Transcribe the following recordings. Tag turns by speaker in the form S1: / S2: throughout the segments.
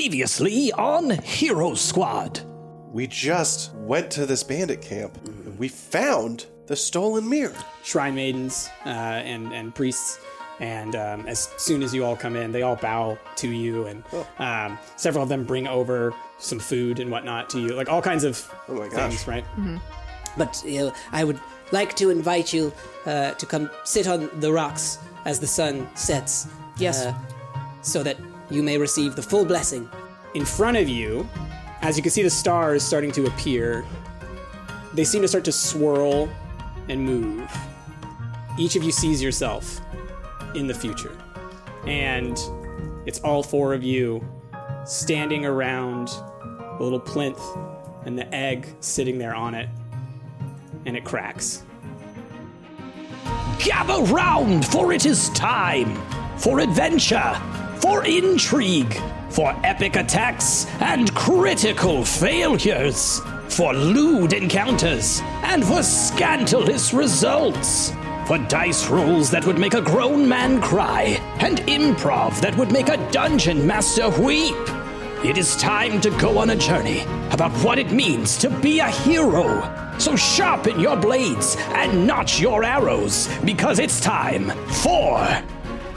S1: Previously on Hero Squad.
S2: We just went to this bandit camp and we found the stolen mirror.
S3: shrine maidens uh, and and priests. And um, as soon as you all come in, they all bow to you, and
S2: Oh.
S3: um, several of them bring over some food and whatnot to you, like all kinds of
S2: Oh my gosh.
S3: things, right?
S4: But uh, I would like to invite you uh, to come sit on the rocks as the sun sets.
S5: Yes.
S4: uh, so that you may receive the full blessing.
S3: In front of you, as you can see the stars starting to appear, they seem to start to swirl and move. Each of you sees yourself in the future. And it's all four of you standing around the little plinth and the egg sitting there on it. And it cracks.
S1: Gather round, for it is time for adventure, for intrigue, for epic attacks and critical failures, for lewd encounters and for scandalous results, for dice rolls that would make a grown man cry and improv that would make a dungeon master weep. It is time to go on a journey about what it means to be a hero. So sharpen your blades and notch your arrows because it's time for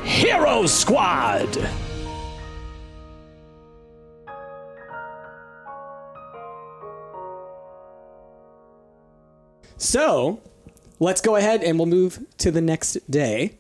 S1: Hero Squad.
S3: So let's go ahead and we'll move to the next day.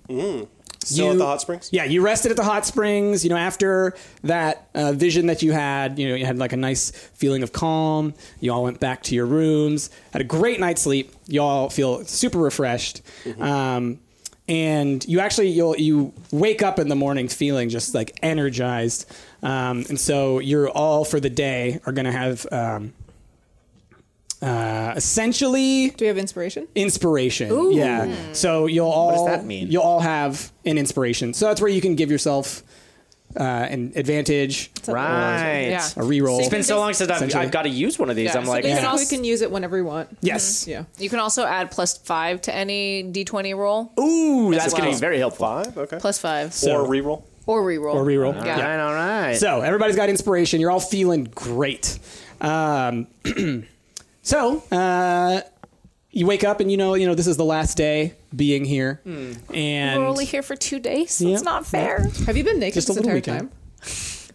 S2: Still at
S3: You-
S2: the hot springs?
S3: Yeah, you rested at the hot springs. You know, after that uh, vision that you had, you know, you had like a nice feeling of calm. You all went back to your rooms, had a great night's sleep. You all feel super refreshed. Um, and you actually you'll you wake up in the morning feeling just like energized, um, and so you're all for the day are gonna have um, uh, essentially
S5: Do we have inspiration?
S3: inspiration. Yeah. So you'll all
S6: does that mean?
S3: you'll all have an inspiration. So that's where you can give yourself uh, an advantage,
S6: Right.
S5: Yeah.
S3: a reroll.
S6: It's been so long since I've,
S3: Essentially.
S6: I've got to use one of these.
S5: Yeah,
S6: I'm
S5: so
S6: like,
S5: we, can
S6: "Yeah."
S5: also, we can use it whenever we want.
S3: yes.
S5: Yeah.
S7: You can also add plus five to any d20 roll.
S6: ooh, that's going to
S7: well.
S6: be very helpful.
S2: Five? Okay.
S7: Plus five.
S2: or reroll?
S7: or reroll.
S3: Or reroll.
S7: Yeah.
S6: All right, all right.
S3: So everybody's got inspiration. You're all feeling great. Um, so uh, you wake up and you know you know this is the last day being here, and
S7: Hmm. We're only here for two days. That's
S3: Yeah.
S7: not fair.
S5: Have you been naked
S3: Just a
S5: this
S3: little
S5: entire
S3: weekend.
S5: time?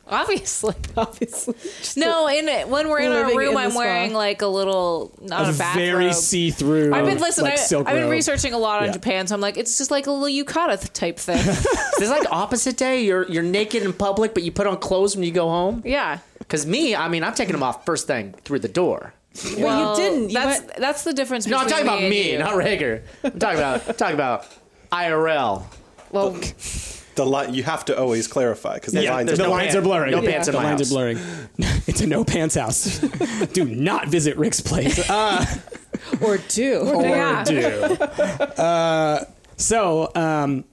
S7: Obviously.
S5: Obviously. Just
S7: No, in it, when we're in our
S5: Living
S7: room,
S5: in the
S7: I'm
S5: spa.
S7: wearing like a little, not a, bathrobe.
S3: very see through.
S7: I've been listen.
S3: Like
S7: I,
S3: silk
S7: I've been
S3: robe.
S7: researching a lot on
S3: Yeah.
S7: Japan, so I'm like, it's just like a little yukata th- type thing.
S6: This is like opposite day. You're you're naked in public, but you put on clothes when you go home.
S7: yeah.
S6: Because me, I mean, I'm taking them off first thing through the door.
S5: Well, you didn't. You
S7: that's
S5: went-
S7: that's the difference.
S6: No, I'm
S7: between
S6: talking about
S7: and
S6: me,
S7: you.
S6: not Rager. I'm talking about I'm talking about IRL.
S7: well,
S2: The li- you have to always clarify because the lines
S6: there's
S3: the
S2: are
S6: no
S3: lines
S6: pants-
S3: are blurring.
S6: No pants in
S3: the
S6: my
S3: lines
S6: house.
S3: are blurring. it's a no pants house. Do not visit Rick's place. Uh,
S5: or do.
S7: yeah.
S3: Uh, so, um,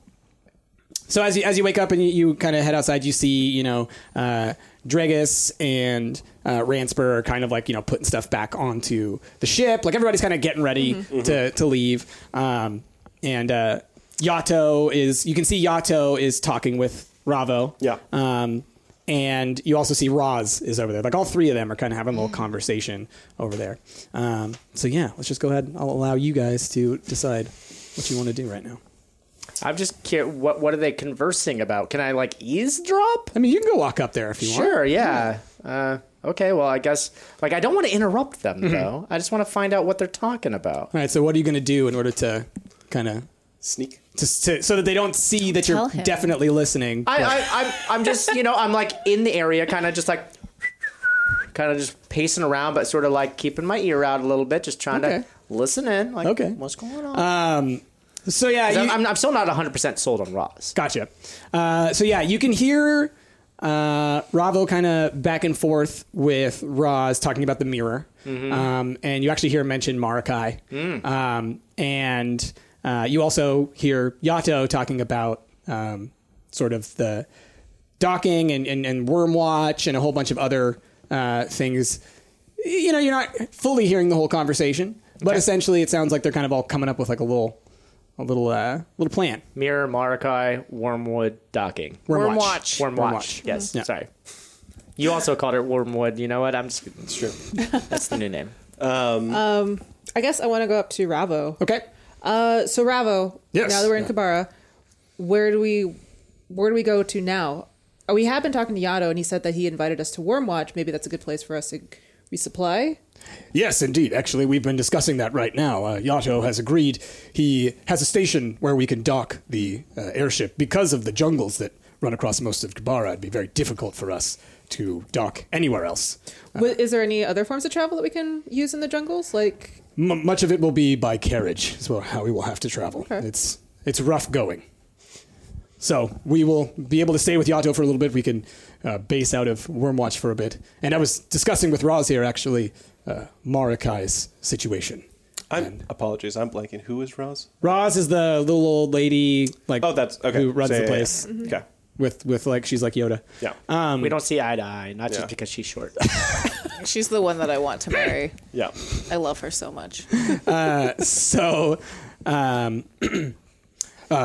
S3: so as you as you wake up and you, you kind of head outside, you see you know uh, Dregus and uh, Ransper are kind of like you know putting stuff back onto the ship. Like everybody's kind of getting ready to to leave. Um, and uh, Yato is you can see Yato is talking with Ravo.
S2: Yeah.
S3: Um, and you also see Roz is over there. Like all three of them are kind of having a little conversation over there. Um, so yeah, let's just go ahead. I'll allow you guys to decide what you want to do right now.
S6: I'm just curious. What what are they conversing about? Can I like eavesdrop?
S3: I mean, you can go walk up there if you want.
S6: Sure. Yeah. Mm-hmm. Uh, okay. Well, I guess like I don't want to interrupt them though. I just want to find out what they're talking about.
S3: All right. So what are you going to do in order to kind of
S2: sneak.
S3: to, to so that they don't see that you're
S7: Tell him.
S3: definitely listening?
S6: I, I I'm I'm just you know I'm like in the area, kind of just like. Kind of just pacing around, but sort of like keeping my ear out a little bit, just trying
S3: Okay.
S6: to listen in. Like,
S3: Okay.
S6: what's going on?
S3: um. So yeah,
S6: 'Cause
S3: you,
S6: I'm, I'm, I'm still not 100% sold on Roz.
S3: Gotcha. Uh, so yeah, you can hear uh, Ravo kind of back and forth with Roz talking about the mirror, um, and you actually hear him mention Marakai, um, and uh, you also hear Yato talking about um, sort of the docking and, and, and worm watch and a whole bunch of other uh, things. You know, you're not fully hearing the whole conversation, but essentially, it sounds like they're kind of all coming up with like a little, a little, uh, little plan.
S6: Mirror, Marakai, Wormwood, Docking.
S3: Worm
S7: Worm
S3: watch.
S7: watch.
S6: Wormwatch.
S3: Wormwatch.
S6: Yes.
S3: Yeah.
S6: Sorry. You also called it Wormwood. You know what? I'm just. It's
S2: true.
S6: That's the new name.
S5: I guess I want to go up to Ravo.
S3: Okay.
S5: Uh, so Ravo,
S3: Yes.
S5: now that we're in Kabara, where do we where do we go to now? Uh, We have been talking to Yado, and he said that he invited us to Wormwatch. Maybe that's a good place for us to resupply.
S3: Yes, indeed. Actually, we've been discussing that right now. Uh, Yato has agreed. He has a station where we can dock the uh, airship because of the jungles that run across most of Kabara. It'd be very difficult for us to dock anywhere else.
S5: Wha- Is there any other forms of travel that we can use in the jungles? Like,
S3: M- much of it will be by carriage, is wha- how we will have to travel.
S5: Okay.
S3: It's it's rough going. So we will be able to stay with Yato for a little bit. We can uh, base out of Wormwatch for a bit. And I was discussing with Roz here actually uh, Marikai's situation.
S2: I'm apologies. I'm blanking. Who is Roz?
S3: Roz is the little old lady, like
S2: Oh, that's okay.
S3: who runs
S2: So,
S3: the
S2: yeah, yeah,
S3: place Uh,
S2: yeah. Okay.
S3: with with like she's like Yoda.
S2: Yeah.
S3: Um,
S6: we don't see eye to eye, not just
S2: Yeah.
S6: because she's short.
S7: She's the one that I want to marry.
S2: yeah.
S7: I love her so much.
S3: So, um, uh,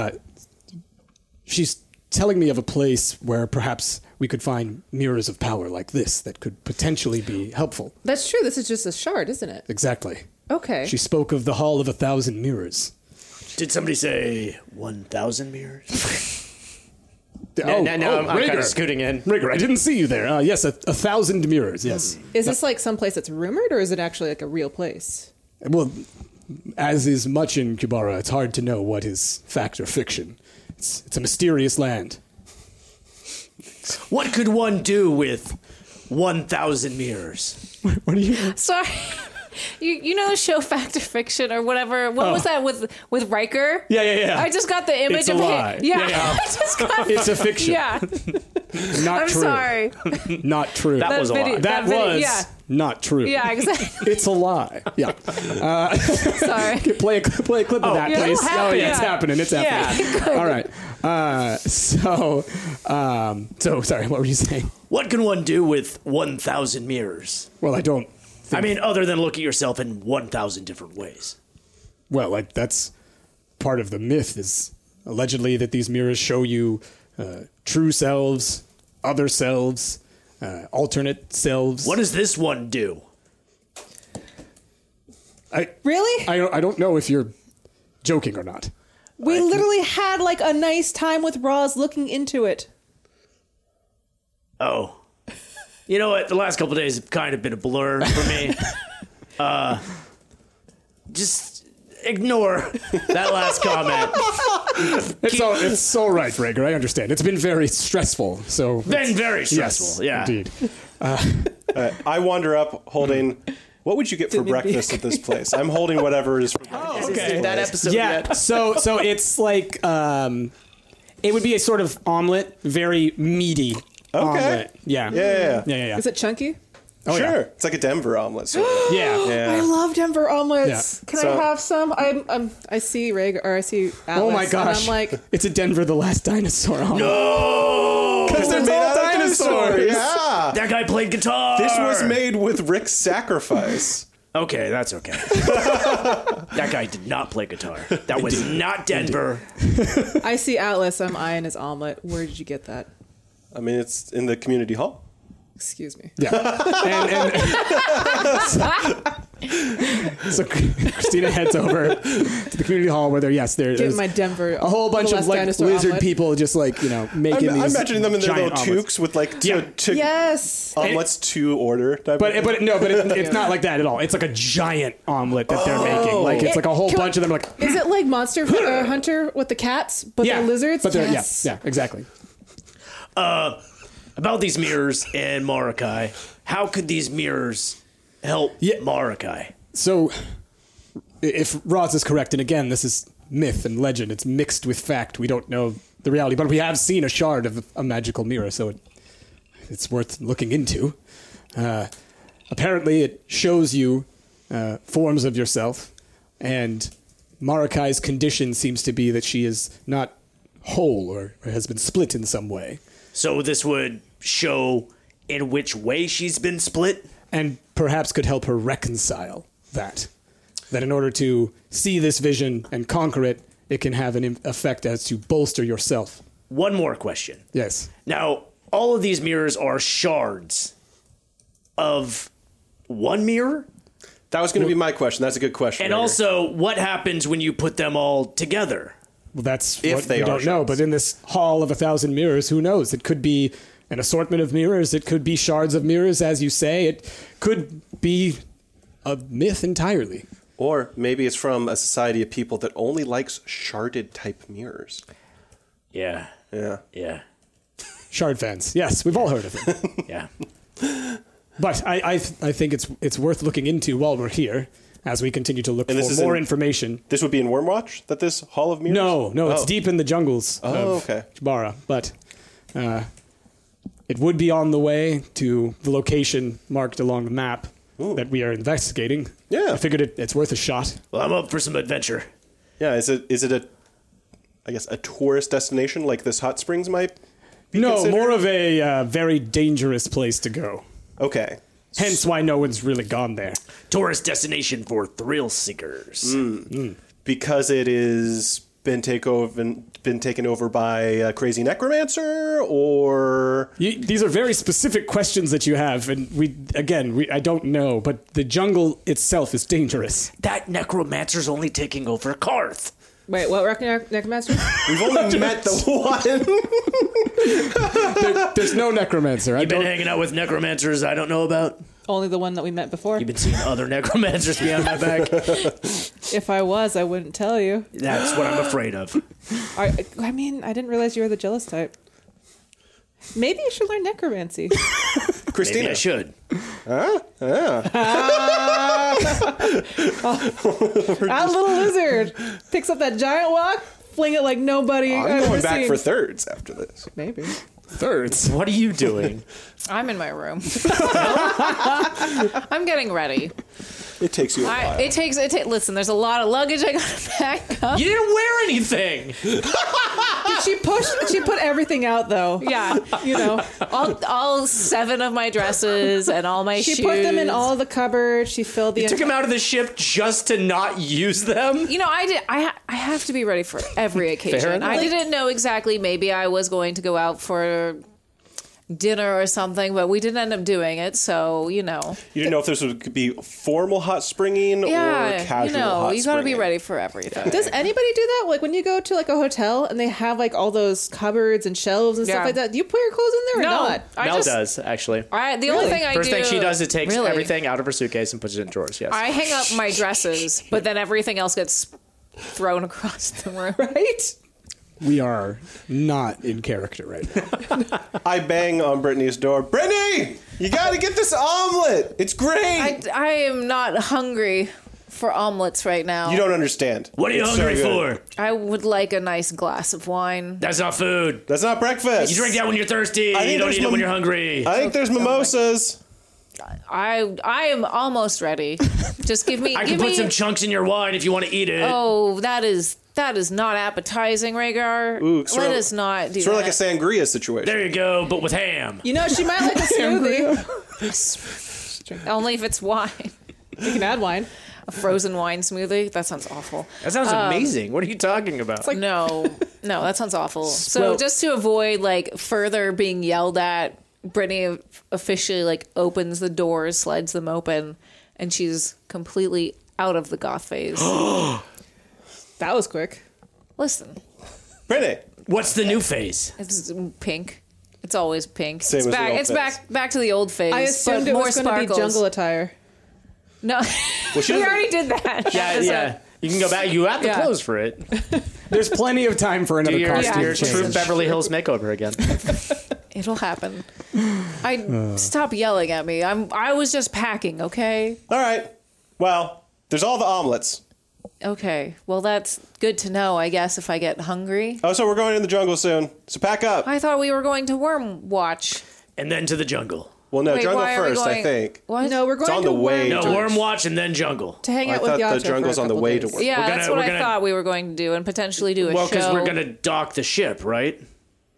S3: she's telling me of a place where perhaps we could find mirrors of power like this that could potentially be helpful.
S5: that's true. This is just a shard, isn't it?
S3: Exactly.
S5: Okay.
S3: She spoke of the Hall of a Thousand Mirrors.
S8: Did somebody say 1,000 mirrors?
S3: oh,
S6: no, no,
S3: oh,
S6: I'm- I'm kinda
S3: Rigger.
S6: scooting in.
S3: Rigger, I didn't see you there. Uh, yes, a, a thousand mirrors. Yes.
S5: is this like someplace that's rumored, or is it actually like a real place?
S3: Well, as is much in Kubara, it's hard to know what is fact or fiction. It's, it's a mysterious land.
S8: What could one do with 1,000 mirrors?
S3: What are you?
S7: Sorry. You, you know the show Fact or Fiction or whatever. What was that with with Riker?
S3: Oh. Yeah, yeah, yeah.
S7: I just got the image
S3: It's a
S7: of
S3: lie.
S7: him. Yeah,
S3: Yeah, yeah.
S7: I just got.
S3: It's a fiction.
S7: yeah,
S3: Not
S7: I'm
S3: true.
S7: sorry.
S3: Not true.
S6: That was a
S7: video-
S6: lie.
S3: That,
S7: that video-
S3: was
S7: yeah.
S3: not true.
S7: Yeah, exactly.
S3: It's a lie. Yeah.
S7: Sorry.
S3: play a play a clip of that,
S7: yeah.
S3: please.
S7: Oh,
S3: Oh,
S7: It'll happen,
S3: it's
S7: yeah.
S3: happening. It's happening. All right. Uh, so, um, so sorry. What were you saying?
S8: What can one do with 1,000 mirrors?
S3: Well, I don't.
S8: I mean, other than look at yourself in 1,000 different ways.
S3: Well, like that's part of the myth is allegedly that these mirrors show you uh, true selves, other selves, uh, alternate selves.
S8: What does this one do?
S3: I,
S5: Really?
S3: I don't- I don't know if you're joking or not.
S5: we literally had like a nice time with Roz looking into it.
S8: Oh. You know what? The last couple of days have kind of been a blur for me. uh, just ignore that last comment.
S3: It's all it's all right, Rager. I understand. It's been very stressful. So
S8: Been very
S3: yes,
S8: stressful. yeah.
S3: indeed.
S2: Uh, I wander up holding. What would you get for breakfast at this place? I'm holding whatever is. For
S3: Oh,
S6: okay. That episode. yet?
S3: Yeah. so so it's like um, it would be a sort of omelet, very meaty omelet. Yeah.
S2: Yeah.
S3: Yeah. Yeah. yeah.
S5: Is it chunky?
S3: Oh,
S2: sure.
S3: yeah.
S2: It's like a Denver omelet. Sort of.
S3: Yeah.
S5: I
S2: yeah.
S5: love Denver omelets.
S3: Yeah.
S5: Can
S2: So-
S5: I have some? I'm, I'm I see Reg or I see Atlas.
S3: Oh my
S5: and
S3: gosh.
S5: I'm like,
S3: it's a Denver the Last Dinosaur omelet.
S8: Oh!
S3: Because there's
S2: Made
S3: all
S2: out of
S3: dinosaurs.
S2: Yeah.
S8: That guy played guitar.
S2: This was made with Rick's sacrifice.
S8: Okay, that's okay. that guy did not play guitar. That was not Denver.
S5: I see Atlas. I'm eyeing his omelet. Where did you get that?
S2: I mean, it's in the community hall.
S5: Excuse me.
S3: and, and so, so Christina heads over to the community hall where there, yes, there-
S5: Give
S3: there's
S5: my Denver
S3: a whole bunch
S5: the
S3: of
S5: last
S3: like
S5: dinosaur
S3: lizard
S5: omelet.
S3: people just like you know
S2: I'm,
S3: making
S2: I'm
S3: these.
S2: imagining them in their
S3: giant
S2: little
S3: omelets.
S2: toques with like
S3: Yeah.
S2: to, to
S5: Yes.
S2: omelets to order. Type
S3: But
S2: of
S3: but no, but it, it's not like that at all. It's like a giant omelet that they're making. Like it's
S5: It-
S3: like a whole
S5: Oh. can
S3: bunch
S5: we-
S3: of them. Like
S5: Is it like Monster uh, Hunter with the cats, but
S3: yeah,
S5: they're lizards?
S3: But they're
S5: yes.
S3: yeah, yeah, exactly.
S8: Uh, About these mirrors and Morokai, how could these mirrors help
S3: Yeah.
S8: Morokai?
S3: So, i- if Roz is correct, and again, this is myth and legend, it's mixed with fact. We don't know the reality, but we have seen a shard of a magical mirror, so it, it's worth looking into. Uh, apparently, it shows you uh, forms of yourself, and Marakai's condition seems to be that she is not whole or, or has been split in some way.
S8: So this would show in which way she's been split.
S3: and perhaps could help her reconcile that. That in order to see this vision and conquer it, it can have an im- effect as to bolster yourself.
S8: One more question.
S3: Yes.
S8: Now, all of these mirrors are shards of one mirror.
S2: That was going to be my question. That's a good question.
S8: And
S2: Rager.
S8: also, what happens when you put them all together?
S3: Well, that's
S2: If
S3: what
S2: they
S3: we
S2: are
S3: don't know.
S2: shards.
S3: But in this hall of a thousand mirrors, who knows? It could be an assortment of mirrors. It could be shards of mirrors, as you say. It could be a myth entirely.
S2: or maybe it's from a society of people that only likes sharded type mirrors.
S8: Yeah,
S2: Yeah.
S8: yeah,
S3: Shard fans. Yes, we've all heard of them.
S8: yeah.
S3: but I, I, I think it's it's worth looking into while we're here, as we continue to look
S2: this
S3: for
S2: is
S3: more
S2: in-
S3: information.
S2: This would be in Wormwatch that this Hall of Mirrors.
S3: No, no, it's
S2: Oh.
S3: deep in the jungles
S2: Oh,
S3: of
S2: okay.
S3: Chibara, but uh, it would be on the way to the location marked along the map that we are investigating.
S2: Yeah.
S3: I figured it, it's worth a shot.
S8: Well, I'm up for some adventure.
S2: Yeah, is it is it a I guess a tourist destination like this hot springs might be
S3: no,
S2: considered?
S3: more of a uh, very dangerous place to go.
S2: Okay.
S3: Hence why no one's really gone there.
S8: Tourist destination for thrill seekers.
S2: Because it is been takeover been taken over by a crazy necromancer or
S3: You, these are very specific questions that you have, and we again, we, I don't know, but the jungle itself is dangerous.
S8: That necromancer's only taking over Karth.
S5: Wait, what Rock Necromancer?
S2: We've only met the one.
S3: There's no necromancer. I
S8: You've been
S3: don't.
S8: hanging out with necromancers I don't know about.
S5: Only the one that we met before.
S8: You've been seeing other necromancers behind my back.
S5: If I was, I wouldn't tell you.
S8: That's what I'm afraid of.
S5: I, I mean, I didn't realize you were the jealous type. Maybe you should learn necromancy.
S8: Maybe I
S2: Christina.
S8: should.
S5: That little lizard picks up that giant walk, fling it like nobody.
S2: I'm
S5: I've
S2: going
S5: ever
S2: back
S5: seen.
S2: for thirds after this.
S5: Maybe.
S3: Thirds.
S8: What are you doing?
S7: I'm in my room. I'm getting ready.
S2: It takes you a while.
S7: I, it takes. It ta- listen. There's a lot of luggage I gotta pack up.
S8: you didn't wear anything.
S2: Ah!
S5: Did she push? She put everything out though.
S7: Yeah,
S5: You know,
S7: all all seven of my dresses and all my
S5: she
S7: shoes.
S5: put them in all the cupboards. She filled the.
S8: Took him out of the ship just to not use them.
S7: You know, I did. I ha- I have to be ready for every occasion. I didn't know exactly. Maybe I was going to go out for dinner or something, but we didn't end up doing it. So you know,
S2: You didn't know if this would could be formal hot springing or
S7: yeah,
S2: casual
S7: you know,
S2: hot
S7: you gotta be
S2: springing.
S7: ready for everything.
S5: Does anybody do that? Like when you go to like a hotel and they have like all those cupboards and shelves and
S7: Yeah.
S5: stuff like that. Do you put your clothes in there or
S7: no,
S5: not?
S7: I
S6: Mel
S7: just,
S6: does actually.
S7: I, the only thing I
S6: First
S7: do,
S6: thing she does is takes
S7: Really?
S6: everything out of her suitcase and puts it in drawers. Yes.
S7: I hang up my dresses, but then everything else gets thrown across the room.
S5: Right.
S3: We are not in character right now.
S2: I bang on Brittany's door. Brittany, you gotta get this omelet. It's great.
S7: I, I am not hungry for omelets right now.
S2: you don't understand.
S8: What are you
S2: It's so
S8: hungry
S2: good.
S8: for?
S7: I would like a nice glass of wine.
S8: That's not food.
S2: That's not breakfast.
S8: You drink that when you're thirsty.
S2: think
S8: You don't
S2: there's
S8: eat it
S2: mim-
S8: when you're hungry.
S2: I think there's mimosas.
S7: I I am almost ready. Just give me.
S8: I
S7: give
S8: can put
S7: me,
S8: some chunks in your wine if you want to eat it.
S7: Oh, that is that is not appetizing, Rhaegar.
S2: Ooh, sort
S7: Let
S2: of-
S7: us not do
S2: Sort of like
S7: that.
S2: a sangria situation.
S8: There you go, but with ham.
S5: You know, she might like a smoothie.
S7: Only if it's wine,
S5: you can add wine.
S7: a frozen wine smoothie. That sounds awful.
S6: that sounds amazing. What are you talking about?
S7: no, no, that sounds awful. So
S6: Well-
S7: just to avoid like further being yelled at, Brittany officially like opens the doors, slides them open, and she's completely out of the goth phase.
S5: That was quick.
S7: Listen,
S2: Brittany.
S8: What's the new phase?
S7: it's pink. It's always pink.
S2: Same
S7: it's
S2: as the
S7: back.
S2: old
S7: it's
S2: phase.
S7: back. Back to the old phase.
S5: I assumed
S7: but
S5: it
S7: more
S5: was going to be
S7: sparkles.
S5: jungle attire.
S7: No,
S2: she
S7: we
S2: doesn't-
S7: already did that.
S6: yeah, yeah. You can go back. You have the
S7: Yeah.
S6: clothes for it.
S3: There's plenty of time for another
S6: Do your,
S3: costume
S6: your
S3: change.
S6: true Beverly Hills makeover again.
S7: It'll happen. I stop yelling at me. I'm. I was just packing. Okay.
S2: All right. Well, there's all the omelets.
S7: Okay. Well, that's good to know. I guess if I get hungry.
S2: Oh, so we're going in the jungle soon. So pack up.
S7: I thought we were going to Worm Watch.
S8: And then to the jungle.
S2: well, no,
S7: Wait,
S2: jungle
S7: why are we
S2: first, I
S7: going-
S2: think.
S7: What?
S5: No, we're going
S2: on
S5: to
S2: the way
S5: Worm
S8: No,
S2: to-
S5: to,
S8: worm watch and then jungle.
S5: to hang
S2: I
S5: out with
S2: thought the
S5: Yato for a
S2: jungle's on the
S5: couple
S2: way
S5: days.
S2: to Worm.
S7: Yeah,
S8: We're
S7: that's
S8: gonna-
S7: what
S8: we're
S7: I
S8: gonna-
S7: thought we were going to do, and potentially do a
S8: Well, because
S7: show.
S8: we're going to dock the ship, right?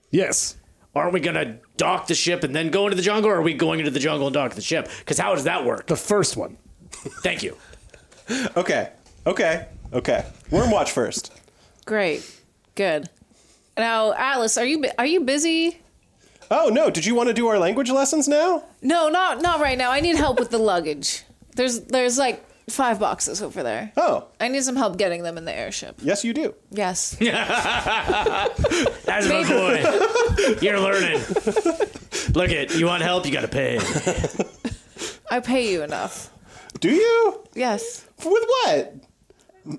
S3: Yes.
S8: Aren't we going to dock the ship and then go into the jungle, or are we going into the jungle and dock the ship? Because how does that work?
S3: The first one.
S8: Thank you.
S2: Okay. Okay. Okay. Worm watch first.
S7: Great, good. Now, Alice, are you bu- are you busy?
S2: Oh no! Did you want to do our language lessons now?
S7: No, not not right now. I need help with the luggage. There's there's like five boxes over there.
S2: Oh,
S7: I need some help getting them in the airship.
S2: yes, you do.
S7: Yes.
S8: That's my boy. You're learning. Look it. You want help? You got to pay.
S7: I pay you enough.
S2: Do you?
S7: Yes.
S2: With what?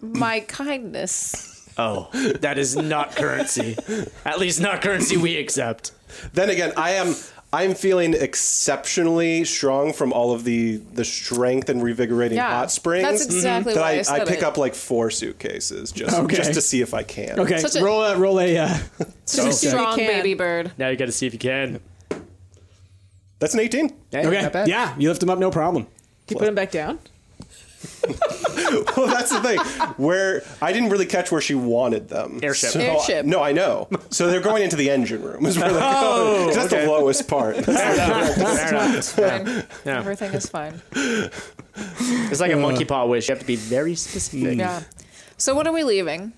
S7: My kindness.
S8: Oh, that is not currency. At least not currency we accept.
S2: Then again, I am I'm feeling exceptionally strong from all of the the strength and revigorating
S7: Yeah.
S2: hot springs.
S7: That's exactly
S2: That
S7: why
S2: I,
S7: I
S2: I
S7: said
S2: pick
S7: it.
S2: up like four suitcases just
S3: Okay.
S2: just to see if I can.
S3: Okay,
S7: Such a-
S3: roll a roll a. Uh,
S7: Such a strong
S5: can.
S7: baby bird.
S8: Now you got to see if you can.
S2: That's an 18.
S3: okay,
S6: not bad.
S3: yeah, you lift him up, no problem.
S5: you put him back down?
S2: Well, that's the thing. Where I didn't really catch where she wanted them.
S8: Airship.
S2: So-
S7: Airship.
S2: no, I know. So they're going into the engine room. Is where they're
S3: Oh,
S2: going. 'Cause That's the lowest part.
S8: Fair enough.
S7: Fine. Everything is fine.
S6: It's like a monkey paw wish. You have to be very specific.
S7: Yeah. So when are we leaving?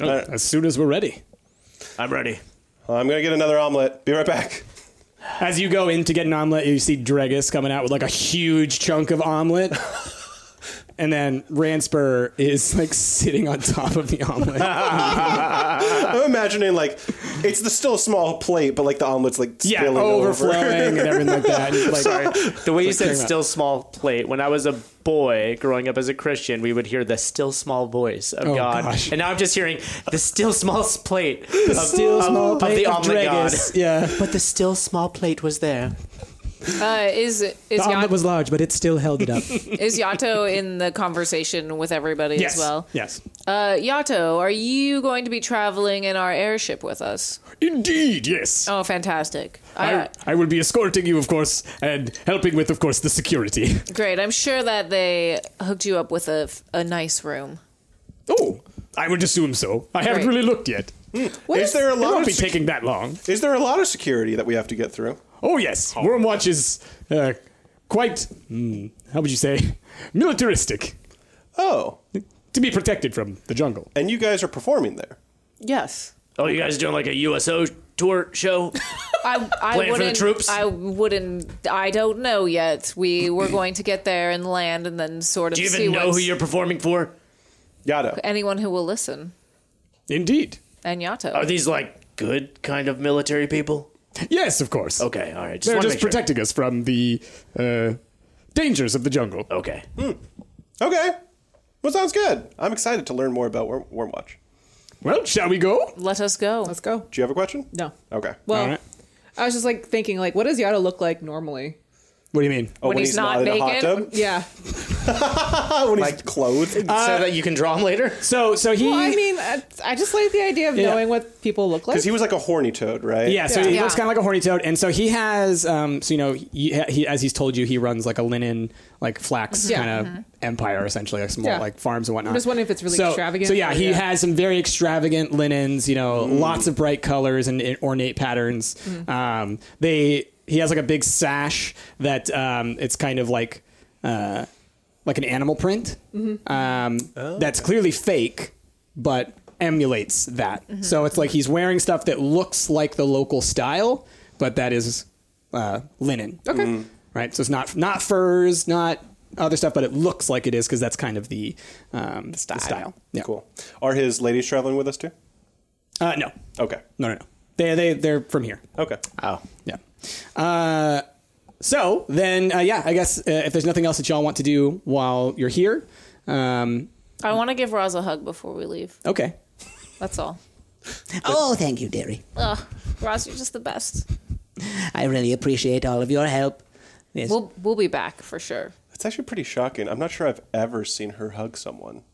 S3: Uh, As soon as we're ready.
S8: I'm ready.
S2: I'm gonna get another omelet. Be right back.
S3: As you go in to get an omelet, you see Dregus coming out with like a huge chunk of omelet. And then Ranspur is like sitting on top of the omelet.
S2: I'm imagining like it's the still a small plate, but like the omelet's like
S3: yeah,
S2: spilling over.
S3: overflowing and everything like that. And, like,
S6: The way you said
S3: clear that.
S6: still small plate, when I was a boy growing up as a Christian, we would hear the still small voice of
S3: Oh,
S6: God.
S3: gosh.
S6: And now I'm just hearing the still small plate of,
S3: Still
S6: of-
S3: small
S6: of
S3: plate
S6: the
S3: of
S6: omelet God.
S3: Dregus. Yeah.
S6: But the still small plate was there.
S7: Uh, is is
S3: The
S7: Yato,
S3: omelet was large, but it still held it up.
S7: is Yato in the conversation with everybody as well?
S3: Yes.
S7: Uh, Yato, are you going to be traveling in our airship with us?
S3: Indeed, yes.
S7: Oh, fantastic!
S3: I,
S7: I,
S3: I will be escorting you, of course, and helping with, of course, the security.
S7: great. I'm sure that they hooked you up with a, a nice room.
S3: Oh, I would assume so. I haven't
S7: Right.
S3: really looked yet.
S2: Is there a
S3: It
S2: lot
S3: won't
S2: of
S3: be taking that long.
S2: Is there a lot of security that we have to get through?
S3: Oh yes, Wormwatch is uh, quite. hmm, how would you say? Militaristic
S2: Oh,
S3: to be protected from the jungle.
S2: and you guys are performing there.
S5: Yes.
S8: Oh, you guys doing like a USO tour show?
S7: I,
S8: Plan
S7: I
S8: for the
S7: wouldn't.
S8: troops?
S7: I wouldn't. I don't know yet. We were going to get there and land, and then sort of
S8: Do you
S7: see
S8: even know who
S7: what's-
S8: you're performing for?
S2: Yada.
S7: anyone who will listen.
S3: Indeed.
S7: And Yato.
S8: Are these like good kind of military people?
S3: Yes, of course.
S8: Okay, all right. Just
S3: They're
S8: wanna
S3: just
S8: make sure.
S3: protecting us from the uh, dangers of the jungle.
S8: Okay.
S6: Hmm.
S2: Okay. Well, sounds good. I'm excited to learn more about Worm- Wormwatch.
S3: Well, shall we go?
S7: Let us go.
S5: Let's go.
S2: Do you have a question?
S5: No.
S2: Okay.
S5: Well,
S3: All right.
S5: I was just like thinking, like, what does Yato look like normally?
S3: What do you mean?
S2: oh,
S7: when he's not
S2: in a hot
S7: naked?
S2: tub?
S5: Yeah.
S2: Ah, when he's clothed? Uh,
S6: so that you can draw them later?
S3: So, so he.
S5: Well, I mean, I, I just like the idea of
S3: Yeah.
S5: knowing what people look like.
S2: Because he was like a horny toad, right?
S3: Yeah, so he
S7: Yeah.
S3: looks kind of like a horny toad, and so he has, um, so you know, he, he as he's told you, he runs like a linen, like flax
S5: Yeah. Mm-hmm.
S3: kind of empire, essentially, like small
S5: Yeah.
S3: like farms and whatnot.
S5: I'm just wondering if it's really
S3: so,
S5: extravagant
S3: So yeah,
S5: or-
S3: he
S5: yeah.
S3: has some very extravagant linens, you know, lots of bright colors and, and ornate patterns. Um, they he has like a big sash that um, it's kind of like uh, like an animal print um, that's clearly fake, but emulates that. So it's like he's wearing stuff that looks like the local style, but that is uh, linen.
S5: okay.
S3: Right. So it's not not furs, not other stuff, but it looks like it is because that's kind of the, um, the style. Yeah.
S2: Cool. Are his ladies traveling with us too?
S3: Uh, no.
S2: Okay.
S3: No. No. No. They they they're from here.
S2: Okay.
S6: Oh.
S3: Yeah. Uh, so then, uh, yeah, I guess uh, if there's nothing else that y'all want to do while you're here, um,
S7: I want to give Roz a hug before we leave.
S3: okay.
S7: That's all.
S4: Oh, thank you, dearie.
S7: Ugh, Roz, you're just the best.
S4: I really appreciate all of your help. Yes.
S7: We'll we'll be back for sure.
S2: That's actually pretty shocking. I'm not sure I've ever seen her hug someone.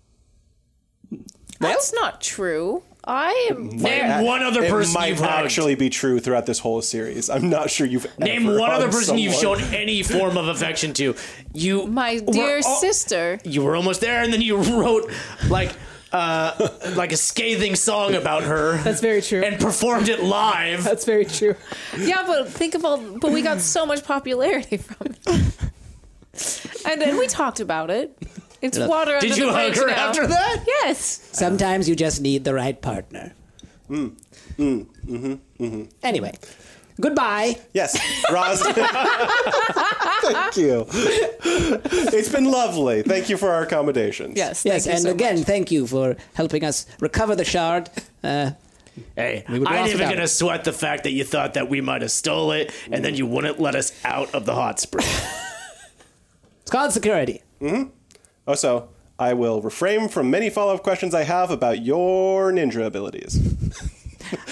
S7: That's not true. I am.
S8: Name one other
S2: it
S8: person
S2: might
S8: you've hugged.
S2: actually be true throughout this whole series. I'm not sure you've
S8: Name
S2: ever
S8: one other
S2: hugged
S8: person you've shown
S2: someone.
S8: any form of affection to. You,
S7: My
S8: were
S7: dear
S8: al-
S7: sister.
S8: You were almost there, and then you wrote like, uh, like a scathing song about her.
S5: That's very true.
S8: And performed it live.
S5: That's very true.
S7: Yeah, but think of all. But we got so much popularity from it. And then we talked about it. It's water under
S8: Did
S7: the
S8: you hug
S7: bridge
S8: her
S7: now.
S8: after that?
S7: Yes.
S4: Sometimes you just need the right partner. Mm. Mm. Mm-hmm. Anyway,
S3: Goodbye.
S2: Yes, Roz. Thank you. It's been lovely. Thank you for our accommodations.
S5: Yes.
S4: Yes,
S5: thank you
S4: and
S5: so
S4: again,
S5: much.
S4: thank you for helping us recover the shard. Uh,
S8: Hey,
S4: We would
S8: I'm
S4: laugh
S8: even
S4: about
S8: gonna
S4: it.
S8: sweat the fact that you thought that we might have stole it, and then you wouldn't let us out of the hot spring.
S4: it's called security.
S2: Also, I will refrain from many follow-up questions I have about your ninja abilities.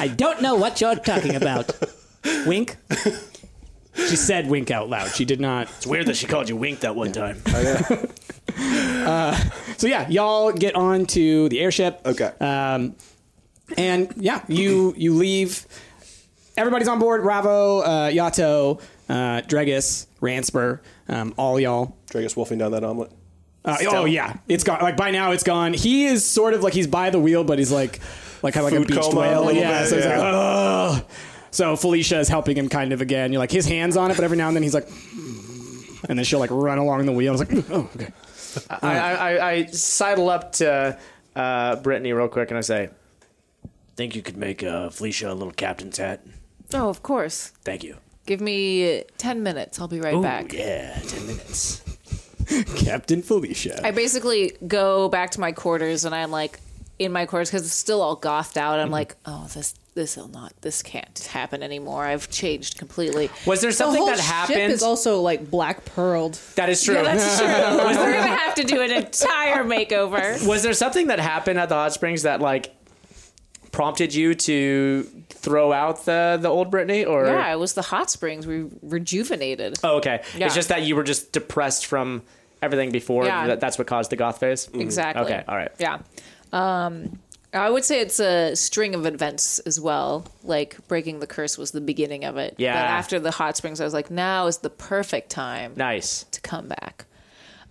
S4: I don't know what you're talking about. Wink.
S3: She said wink out loud. She did not.
S8: it's weird that she called you Wink that one time.
S3: So yeah, y'all get on to the airship.
S2: Okay.
S3: Um, and yeah, you you leave. Everybody's on board. Ravo, uh, Yato, uh, Dregus, Ransper, um, all y'all.
S2: Dragus wolfing down that omelet.
S3: Uh, oh yeah, it's gone. Like by now, it's gone. He is sort of like he's by the wheel, but he's like like kind of like a
S2: Food
S3: beached
S2: coma a
S3: whale.
S2: little
S3: yeah,
S2: bit,
S3: so he's
S2: yeah.
S3: like, Ugh. So Felicia is helping him kind of again. You're like his hands on it, but every now and then he's like, and then she'll like run along the wheel. It's like, oh okay.
S6: I, I, I, I sidle up to uh, Brittany real quick and I say,
S8: Think you could make uh, Felicia a little captain's hat?
S7: Oh, of course.
S8: Thank you.
S7: Give me 10 minutes. I'll be right
S8: Ooh,
S7: back.
S8: yeah, ten minutes.
S3: Captain Felicia.
S7: I basically go back to my quarters and I'm like in my quarters because it's still all gothed out.
S8: Mm-hmm.
S7: I'm like, oh, this this will not this can't happen anymore. I've changed completely.
S6: Was there
S5: The
S6: something
S5: whole
S6: that
S5: ship
S6: happened?
S5: is also like black pearled.
S6: that is true.
S7: Yeah, that's true. We're gonna have to do an entire makeover.
S6: Was there something that happened at the hot springs that like prompted you to throw out the the old Brittany or?
S7: Yeah, it was the hot springs. We rejuvenated.
S6: Oh, okay.
S7: Yeah.
S6: It's just that you were just depressed from everything before.
S7: Yeah.
S6: That, that's what caused the goth phase.
S7: Exactly.
S6: Okay. All right.
S7: Yeah. Um, I would say it's a string of events as well. Like breaking the curse was the beginning of it.
S6: Yeah.
S7: But after the hot springs, I was like, now is the perfect time
S6: Nice.
S7: to come back.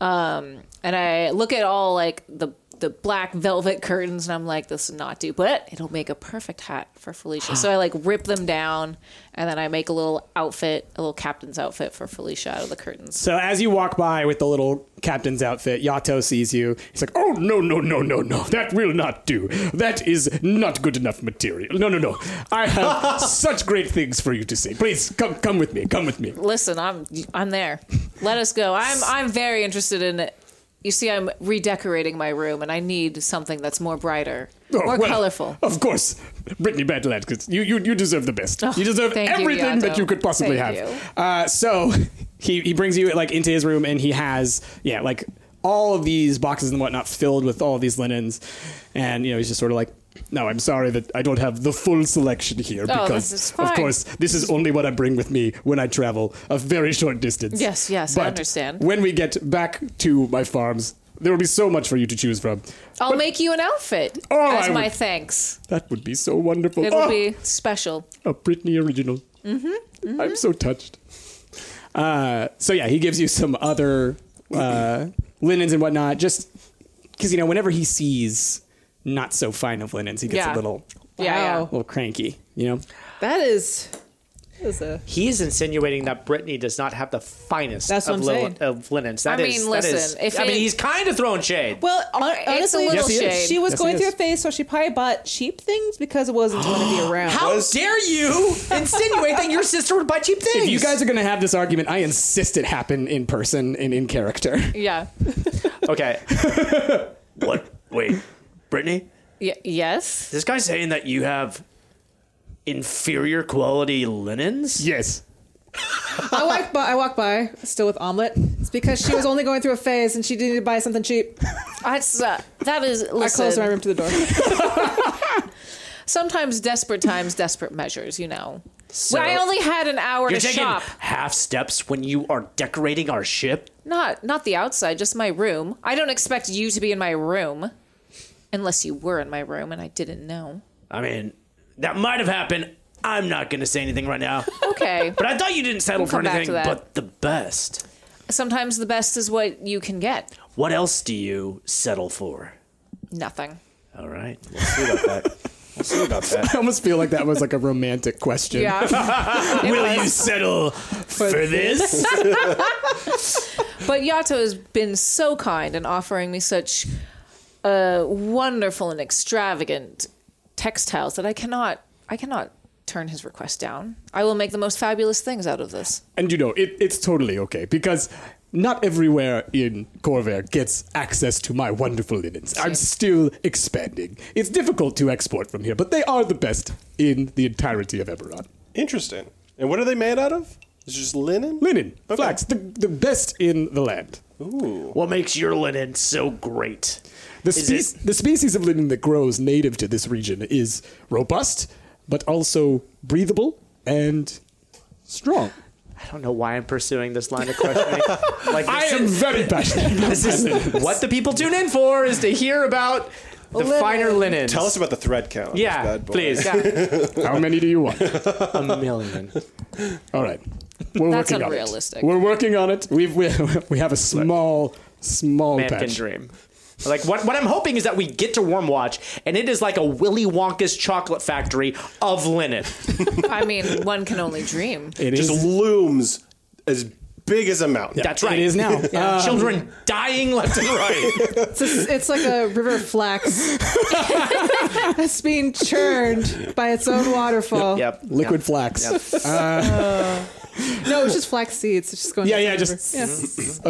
S7: Um, and I look at all like the the black velvet curtains, and I'm like, this is not do, but it'll make a perfect hat for Felicia. so I like rip them down, and then I make a little outfit, a little captain's outfit for Felicia out of the curtains.
S3: So as you walk by with the little captain's outfit, Yato sees you. He's like, "Oh no, no, no, no, no! That will not do. That is not good enough material. No, no, no! I have such great things for you to say. Please come, come with me. Come with me."
S7: Listen, I'm I'm there. Let us go. I'm I'm very interested in it. You see, I'm redecorating my room, and I need something that's more brighter,
S3: Oh,
S7: more
S3: well,
S7: colorful.
S3: Of course, Brittany Badland. 'cause You, you, you deserve the best. you deserve
S7: Oh, thank you,
S3: everything that
S7: Yato.
S3: you could possibly
S7: Thank
S3: have.
S7: you.
S3: Uh, so he, he brings you like into his room and he has yeah like all of these boxes and whatnot filled with all these linens, and you know he's just sort of like. No, I'm sorry that I don't have the full selection here
S7: Oh,
S3: because,
S7: this is
S3: of
S7: fine.
S3: course, this is only what I bring with me when I travel a very short distance.
S7: Yes, yes, I
S3: But
S7: understand.
S3: When we get back to my farms, there will be so much for you to choose from.
S7: I'll make you an outfit
S3: Oh,
S7: as
S3: I
S7: my
S3: would-
S7: thanks.
S3: That would be so wonderful.
S7: It'll
S3: Oh!
S7: be special.
S3: a Britney original.
S7: Mm-hmm.
S3: I'm so touched. Uh, so yeah, he gives you some other uh, linens and whatnot, just because you know whenever he sees not so fine of linens, he gets
S7: Yeah.
S3: a little
S7: Yeah, yeah.
S5: Wow.
S3: little cranky. You know,
S5: That is. that is a-
S6: He's insinuating that Brittany does not have the finest
S5: That's what
S6: of,
S5: I'm saying.
S6: of linens. That
S7: I mean,
S6: is- that is-
S7: listen, if
S6: I mean,
S7: it-
S6: he's kind of throwing shade.
S5: Well, hon-
S7: It's a
S5: honestly,
S7: little Yes, he is.
S5: she was
S3: Yes,
S5: going
S3: he
S5: through a
S3: is.
S5: phase, so she probably bought cheap things because it wasn't going to be around.
S6: How
S2: Was-
S6: dare you insinuate that your sister would buy cheap things?
S3: if you guys are gonna have this argument, I insist it happen in person and in character.
S7: yeah.
S6: okay,
S8: What? Wait, Brittany?
S7: Y- yes.
S8: This guy's saying that you have inferior quality linens?
S3: yes.
S5: I walked by. I walked by still with omelet. It's because she was only going through a phase and she needed to buy something cheap.
S7: That's uh, that is.
S5: I
S7: Listen,
S5: closed my room to the door.
S7: sometimes desperate times, desperate measures. You know. Well, I only had an hour
S8: You're
S7: to
S8: taking
S7: shop.
S8: half steps when you are decorating our ship?
S7: Not not the outside, just my room. I don't expect you to be in my room, unless you were in my room and I didn't know.
S8: I mean, that might have happened. I'm not going to say anything right now.
S7: Okay.
S8: But I thought you didn't settle
S7: We'll
S8: for
S7: come back
S8: anything
S7: to that.
S8: but the best.
S7: Sometimes the best is what you can get.
S8: What else do you settle for?
S7: Nothing.
S8: All right.
S2: See about that. We'll see about
S3: I
S2: that.
S3: almost feel like that was like a romantic question.
S7: Yeah.
S8: Will you settle for this?
S7: but Yato has been so kind in offering me such uh, wonderful and extravagant textiles that I cannot I cannot turn his request down. I will make the most fabulous things out of this.
S3: And you know, it, it's totally okay because not everywhere in Corvair gets access to my wonderful linens. I'm still expanding. It's difficult to export from here, but they are the best in the entirety of Eberron.
S2: Interesting. And what are they made out of? It's just linen.
S3: Linen,
S2: Okay.
S3: flax, the, the best in the land.
S8: What makes your linen so great?
S3: The,
S8: Is
S3: spec- the species of linen that grows native to this region is robust, but also breathable and strong.
S6: I don't know why I'm pursuing this line of questioning. like
S3: I
S6: this
S3: am
S6: is,
S3: very passionate about
S6: this is what the people tune in for is to hear about the finer linens.
S2: Tell us about the thread count. on this
S6: yeah,
S2: bad boy.
S6: please.
S3: How many do you want?
S6: A million.
S3: All right. We're
S7: That's
S3: working
S7: unrealistic.
S3: on it. We're working on it. We've, we, we have a small, small
S6: Man can
S3: patch.
S6: dream. Like what, what I'm hoping is that we get to Worm Watch and it is like a Willy Wonka's chocolate factory of linen.
S7: I mean, one can only dream.
S3: It
S2: Just
S3: is-
S2: looms as big as a mountain.
S6: That's right.
S3: It is now. Uh,
S6: Children dying left and right.
S5: It's, a, it's like a river of flax that's being churned by its own waterfall.
S6: yep.
S3: liquid flax.
S5: No, it's just flax seeds. It's just going.
S3: Yeah,
S5: down
S3: yeah,
S5: the river.
S3: just-
S5: Yeah.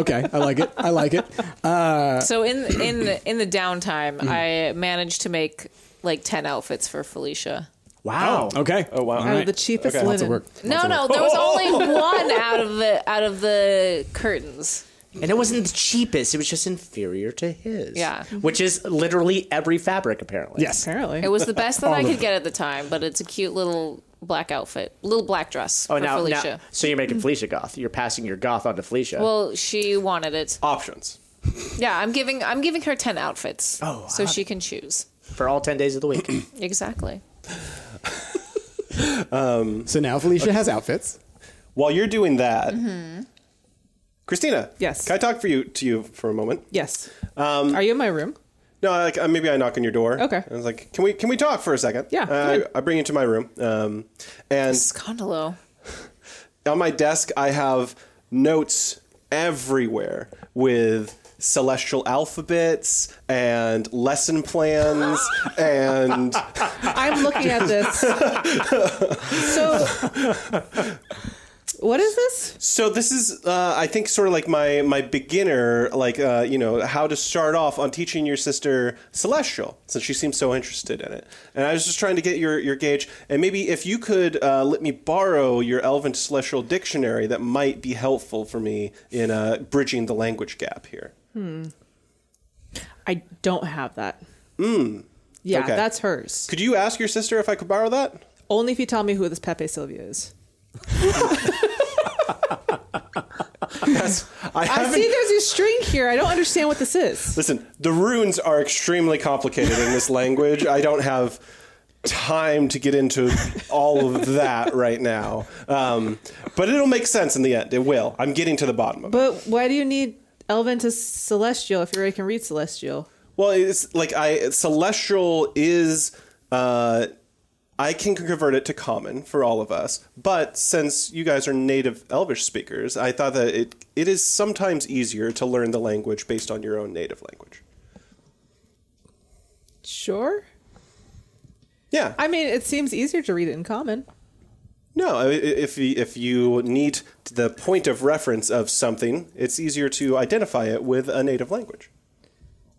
S3: Okay, I like it. I like it.
S7: So in in in the downtime,
S6: Mm.
S7: I managed to make like ten outfits for Felicia.
S6: Wow. Mm-hmm.
S3: Okay. Oh
S2: wow.
S3: All
S5: Out of
S3: right.
S5: the cheapest
S2: Okay. Lots
S5: linen.
S3: Work.
S7: No, no, there was only one out of the out of the curtains.
S6: And it wasn't the cheapest, it was just inferior to his.
S7: Yeah. Mm-hmm.
S6: Which is literally every fabric apparently.
S3: Yes.
S5: Apparently,
S7: It was the best that I could get at the time, but it's a cute little black outfit, little black dress
S6: Oh
S7: for
S6: now,
S7: Felicia.
S6: now so you're making Felicia goth. You're passing your goth on to Felicia.
S7: Well, she wanted it.
S2: Options.
S7: Yeah, I'm giving I'm giving her ten outfits,
S6: Oh,
S7: so
S6: wow.
S7: she can choose
S6: for all ten days of the week.
S7: exactly.
S3: So now Felicia has outfits.
S2: While you're doing that, Christina.
S5: Mm-hmm. Yes.
S2: Can I talk for you to you for a moment?
S5: yes. Are you in my room?
S2: No, like uh, maybe I knock on your door.
S5: Okay.
S2: I was like, can we can we talk for a second?
S5: Yeah,
S2: Uh,
S5: sure.
S2: I, I bring you to my room, um, and
S7: Scandalo.
S2: on my desk I have notes everywhere with celestial alphabets and lesson plans and
S5: I'm looking at this. so, what is this?
S2: So this is, uh, I think, sort of like my my beginner, like uh, you know, how to start off on teaching your sister Celestial, since she seems so interested in it. And I was just trying to get your your gauge, and maybe if you could uh, let me borrow your Elven Celestial dictionary, that might be helpful for me in uh, bridging the language gap here.
S5: I don't have that. Mm. Yeah,
S2: okay.
S5: that's hers.
S2: Could you ask your sister if I could borrow that?
S5: Only if you tell me who this Pepe Sylvia is.
S2: I
S5: I
S2: haven't.
S5: see there's a string here. I don't understand what this is.
S2: Listen, the runes are extremely complicated in this language. I don't have time to get into all of that right now. Um, but it'll make sense in the end. It will. I'm getting to the bottom of it.
S5: But why do you need Elven to Celestial if you already can read Celestial?
S2: Well, it's like I celestial is. Uh, I can convert it to common for all of us, but since you guys are native Elvish speakers, I thought that it it is sometimes easier to learn the language based on your own native language.
S5: Sure.
S2: Yeah,
S5: I mean, it seems easier to read it in common.
S2: No, i- i- if y- if you need the point of reference of something, it's easier to identify it with a native language.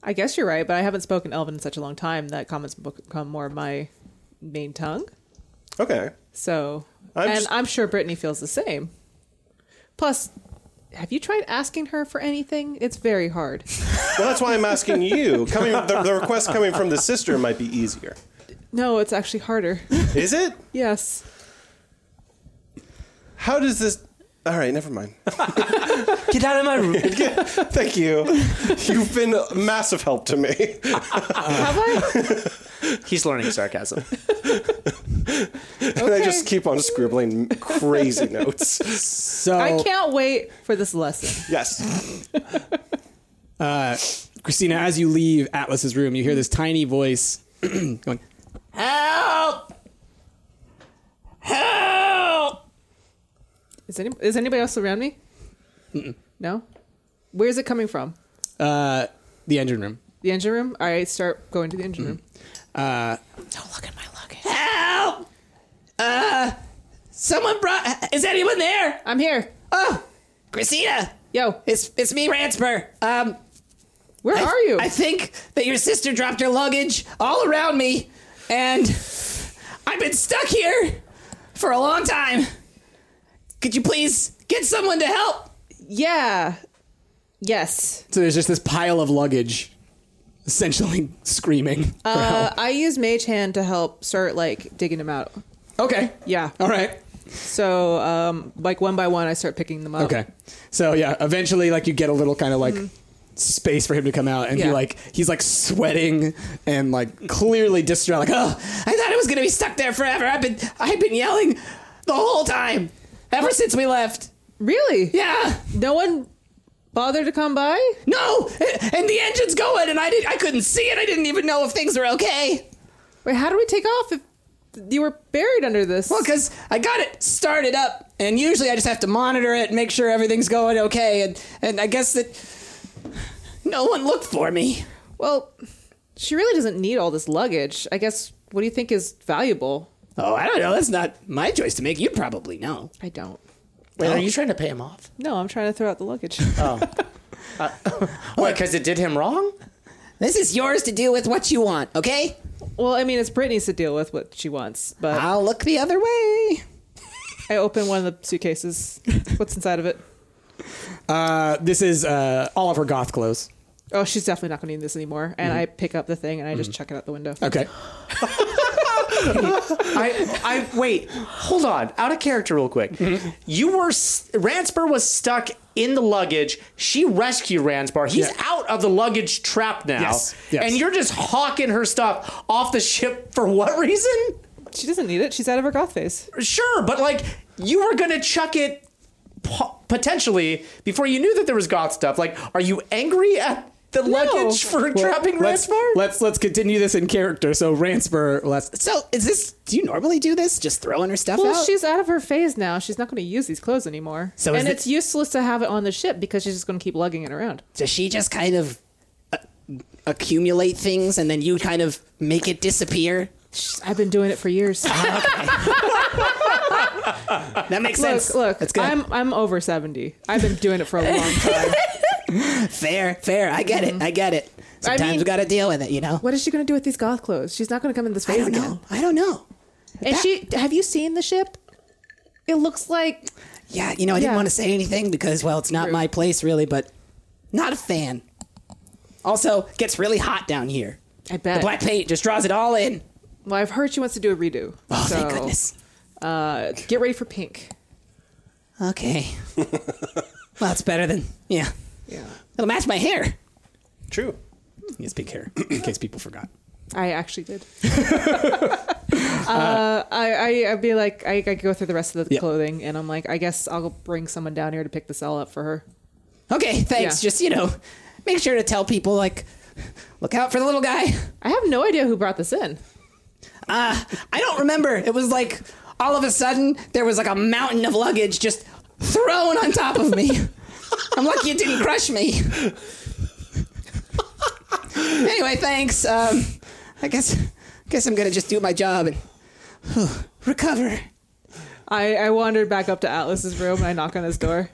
S5: I guess you're right, but I haven't spoken Elven in such a long time that common's become more my main tongue.
S2: Okay.
S5: So,
S2: I'm
S5: and
S2: just-
S5: I'm sure Brittany feels the same. Plus, have you tried asking her for anything? It's very hard.
S2: Well, that's why I'm asking you. Coming, the, the request coming from the sister might be easier.
S5: No, it's actually harder.
S2: Is it?
S5: yes.
S2: How does this? All right, never mind.
S6: Get out of my room.
S2: Thank you. You've been a massive help to me.
S5: Have I?
S6: He's learning sarcasm.
S2: And I just keep on scribbling crazy notes.
S3: So
S5: I can't wait for this lesson.
S2: Yes.
S3: Christina, as you leave Atlas's room, you hear this tiny voice going, "Help! Help!"
S5: Is, any, is anybody else around me? No? Where's it coming from?
S3: The engine room.
S5: The engine room? I start going to the engine room.
S7: Don't look at my luggage.
S3: Help!
S4: Someone brought. Is anyone there?
S5: I'm here.
S4: Oh, Christina.
S5: Yo,
S4: It's it's me, Ransper. Um,
S5: where
S4: I-
S5: are you?
S4: I think that your sister dropped her luggage all around me, and I've been stuck here for a long time. Could you please get someone to help?
S5: yeah. Yes.
S3: So there's just this pile of luggage, essentially screaming for
S5: Uh, I use Mage Hand to help start like digging them out.
S3: help. Okay.
S5: Yeah.
S3: All right.
S5: So, um, like one by one, I start picking them up.
S3: Okay. So yeah, eventually like you get a little kind of like space for him to come out and he
S5: Yeah.
S3: like he's like sweating and like clearly distraught like oh
S4: I thought I was gonna be stuck there forever. I've been I've been yelling the whole time ever since we left.
S5: Really?
S4: Yeah.
S5: No one bothered to come by.
S4: No, and the engine's going, and I did. I couldn't see it. I didn't even know if things were okay.
S5: Wait, how do we take off if you were buried under this?
S4: Well, because I got it started up, and usually I just have to monitor it and make sure everything's going okay. And and I guess that no one looked for me.
S5: Well, she really doesn't need all this luggage. I guess. What do you think is valuable?
S4: Oh, I don't know. That's not my choice to make. You probably know.
S5: I don't.
S6: Wait, are you trying to pay him off?
S5: No, I'm trying to throw out the luggage.
S6: What? Because it did him wrong?
S4: This is yours to do with what you want. Okay,
S5: well, I mean, it's Brittany's to deal with what she wants, but
S4: I'll look the other way.
S5: I open one of the suitcases. What's inside of it?
S3: uh, this is uh, all of her goth clothes.
S5: Oh, she's definitely not going to need this anymore. And I pick up the thing and I just chuck it out the window.
S3: Okay.
S6: I, I wait. Hold on. Out of character, real quick.
S3: Mm-hmm.
S6: You were s- Ransper was stuck in the luggage. She rescued Ransper. He's
S3: Yeah.
S6: out of the luggage trap now.
S3: Yes, yes.
S6: And you're just hawking her stuff off the ship for what reason?
S5: She doesn't need it. She's out of her goth phase.
S6: Sure, but like you were gonna chuck it po- potentially before you knew that there was goth stuff. Like, are you angry at the luggage for trapping
S3: let's,
S6: Ransper?
S3: let's let's continue this in character. So Ransper, let's
S4: So, is this? Do you normally do this? Just throwing her stuff
S5: Well,
S4: out?
S5: she's out of her phase now. She's not going to use these clothes anymore.
S4: So is
S5: and
S4: it-
S5: it's useless to have it on the ship because she's just going to keep lugging it around.
S4: Does she just kind of uh, accumulate things, and then you kind of make it disappear?
S5: She's- I've been doing it for years.
S4: That makes sense.
S5: look, look.
S4: that's good.
S5: I'm I'm over 70. I've been doing it for a long time.
S4: Fair, fair. I get
S6: Mm-hmm.
S4: it. I get it. Sometimes
S5: mean-
S4: we got to deal with it, you know.
S5: what is she going to do with these goth clothes? She's not going to come in this
S4: I
S5: phase
S4: don't
S5: again.
S4: know. I don't know.
S5: And she have you seen the ship? It looks like
S4: Yeah, you know, I didn't
S5: Yeah.
S4: want to say anything because, well, it's not my place really, but not a fan. Also, gets really hot down here.
S5: I
S4: The
S5: bet.
S4: black paint just draws it all in.
S5: Well, I've heard she wants to do a redo.
S4: Oh,
S5: so,
S4: thank goodness.
S5: Uh, get ready for pink.
S4: Okay. well, it's better than yeah.
S5: Yeah.
S4: It'll match my hair.
S2: True.
S3: he has big hair in case people forgot.
S5: I actually did. uh, I, I I'd be like I, I go through the rest of the
S3: Yeah.
S5: clothing and I'm like I guess I'll bring someone down here to pick this all up for her.
S4: Okay, thanks.
S5: Yeah.
S4: Just you know, make sure to tell people like, look out for the little guy.
S5: I have no idea who brought this in.
S4: Uh, I don't remember. It was like all of a sudden there was like a mountain of luggage just thrown on top of me. I'm lucky it didn't crush me. anyway, thanks. Um, I guess guess I'm gonna just do my job and whew, recover.
S5: I, I wandered back up to Atlas's room and I knock on his door.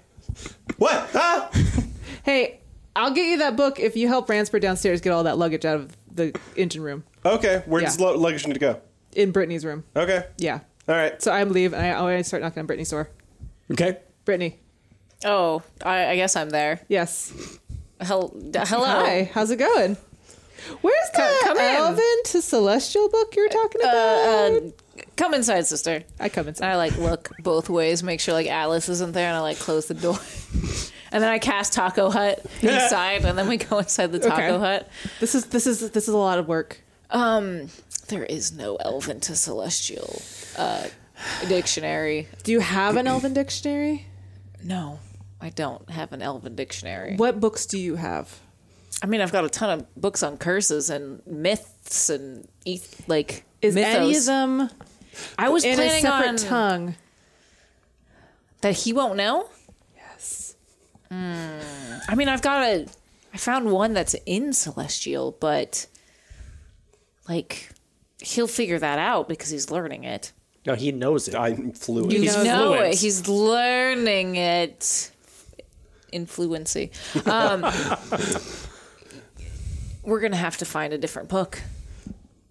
S2: What? Ah! Huh?
S5: Hey, I'll get you that book if you help Ransford downstairs get all that luggage out of the engine room
S2: Okay. Where does
S5: Yeah.
S2: lo- luggage need to go?
S5: in Brittany's room.
S2: Okay.
S5: Yeah.
S2: All right.
S5: So I leave and I always start knocking on Brittany's door.
S3: Okay.
S5: Brittany,
S7: Oh, I, I guess I'm there.
S5: yes.
S7: Hel- d- hello.
S5: Hi, how's it going? Oh. Where's that
S7: come in.
S5: Elven to Celestial book you're talking about?
S7: Come inside, sister.
S5: Uh, I come
S7: And
S5: inside.
S7: I like look both ways, make sure like Alice isn't there, and I like close the door. and then I cast Taco Hut inside, and then we go inside the Taco
S5: Okay.
S7: Hut.
S5: This is this is this is a lot of work.
S7: Um, there is no elven to celestial uh, dictionary.
S5: Do you have an Elven dictionary?
S7: No, I don't have an elven dictionary.
S5: What books do you have?
S7: I mean, I've got a ton of books on curses and myths and eth- like
S5: Is
S7: mythos.
S5: any of them
S7: I was
S5: in a
S7: planning
S5: separate
S7: on
S5: tongue?
S7: that he won't know. Hmm.
S5: Yes.
S7: I mean, I've got a. I found one that's in Celestial, but like he'll figure that out because he's learning it.
S8: No, he knows it.
S2: I'm fluent.
S7: You
S8: He's
S7: know
S8: fluent.
S7: it. He's learning it in fluency. Um, we're going to have to find a different book.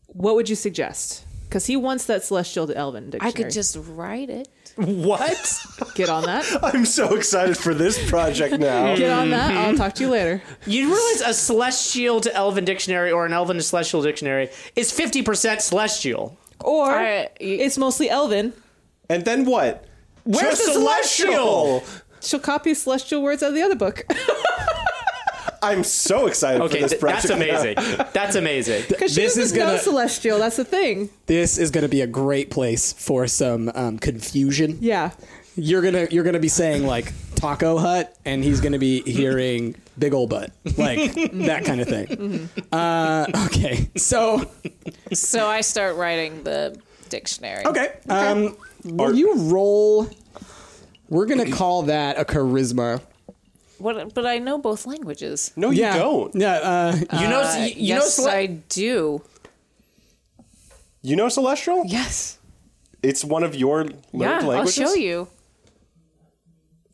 S5: What would you suggest? Because he wants that celestial to Elven
S7: I
S5: dictionary.
S7: could just write it.
S6: What?
S5: get on that.
S2: I'm so excited for this project now.
S5: Get on that. I'll talk to you later.
S6: you realize a celestial to elven dictionary or an elven to celestial dictionary is 50% celestial.
S5: Or
S7: right, you-
S5: it's mostly Elven.
S2: And then what?
S6: Where's
S2: Just
S6: the celestial?
S5: She'll copy celestial words out of the other book
S2: I'm so excited
S6: Okay,
S2: for this
S6: th-
S2: project.
S6: that's amazing. That's amazing.
S5: because she
S3: This
S5: doesn't
S3: is
S5: know
S3: gonna-
S5: celestial. That's the thing.
S3: This is going to be a great place for some um, confusion.
S5: Yeah.
S3: You're gonna you're gonna be saying like Taco Hut, and he's gonna be hearing Big Ol' Butt, like that kind of thing. Uh, okay, so
S7: So I start writing the dictionary.
S3: okay, um, will you roll? We're gonna call that a charisma.
S7: What, but I know both languages.
S2: No, you
S3: yeah,
S2: don't.
S3: Yeah, uh,
S6: You know, you, you
S7: yes,
S6: know, cele-
S7: I do.
S2: You know celestial?
S7: Yes.
S2: It's one of your learned
S7: Yeah,
S2: languages.
S7: I'll show you.